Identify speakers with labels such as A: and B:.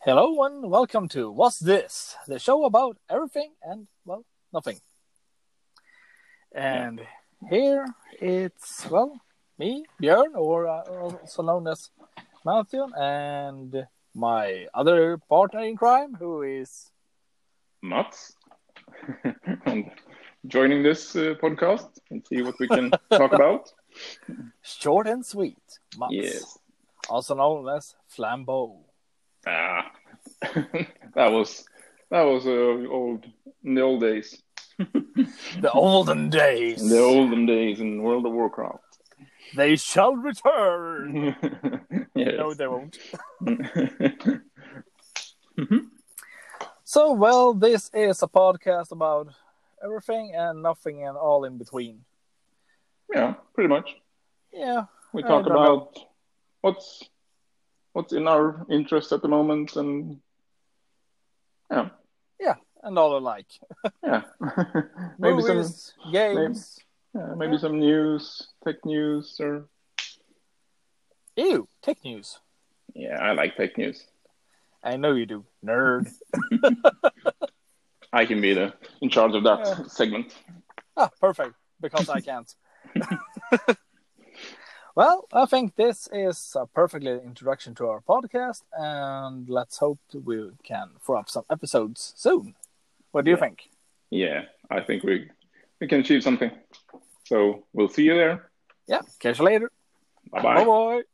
A: Hello and welcome to What's This? The show about everything and, well, nothing. And here it's, well, me, Björn, or uh, also known as Matthew, and my other partner in crime, who is,
B: Mats and joining this uh, podcast and see what we can talk about.
A: short and sweet, Mats,
B: Yes.
A: also known as Flambeau.
B: Ah. that was that was uh, old in the old days,
A: The olden days,
B: in the olden days in World of Warcraft.
A: they shall return.
B: yes.
A: No, they won't.
B: Mhm.
A: So, well, this is a podcast about everything and nothing and all in between.
B: yeah, pretty much.
A: Yeah,
B: We
A: I
B: talk
A: don't know.
B: about what's what's in our interest at the moment and yeah,
A: and all alike.
B: yeah. maybe some
A: Movies, games.
B: yeah, maybe some news, tech news or
A: Ew, tech news.
B: Yeah, I like fake news.
A: I know you do, nerd.
B: I can be the in charge of that
A: Yeah.
B: segment.
A: ah, perfect, because I can't. well, I think this is a perfectly introduction to our podcast, and let's hope we can throw up some episodes soon. What do you
B: Yeah.
A: think?
B: Yeah, I think we we can achieve something. So we'll see you there.
A: Yeah, catch you later.
B: Bye
A: Bye
B: bye.
A: bye.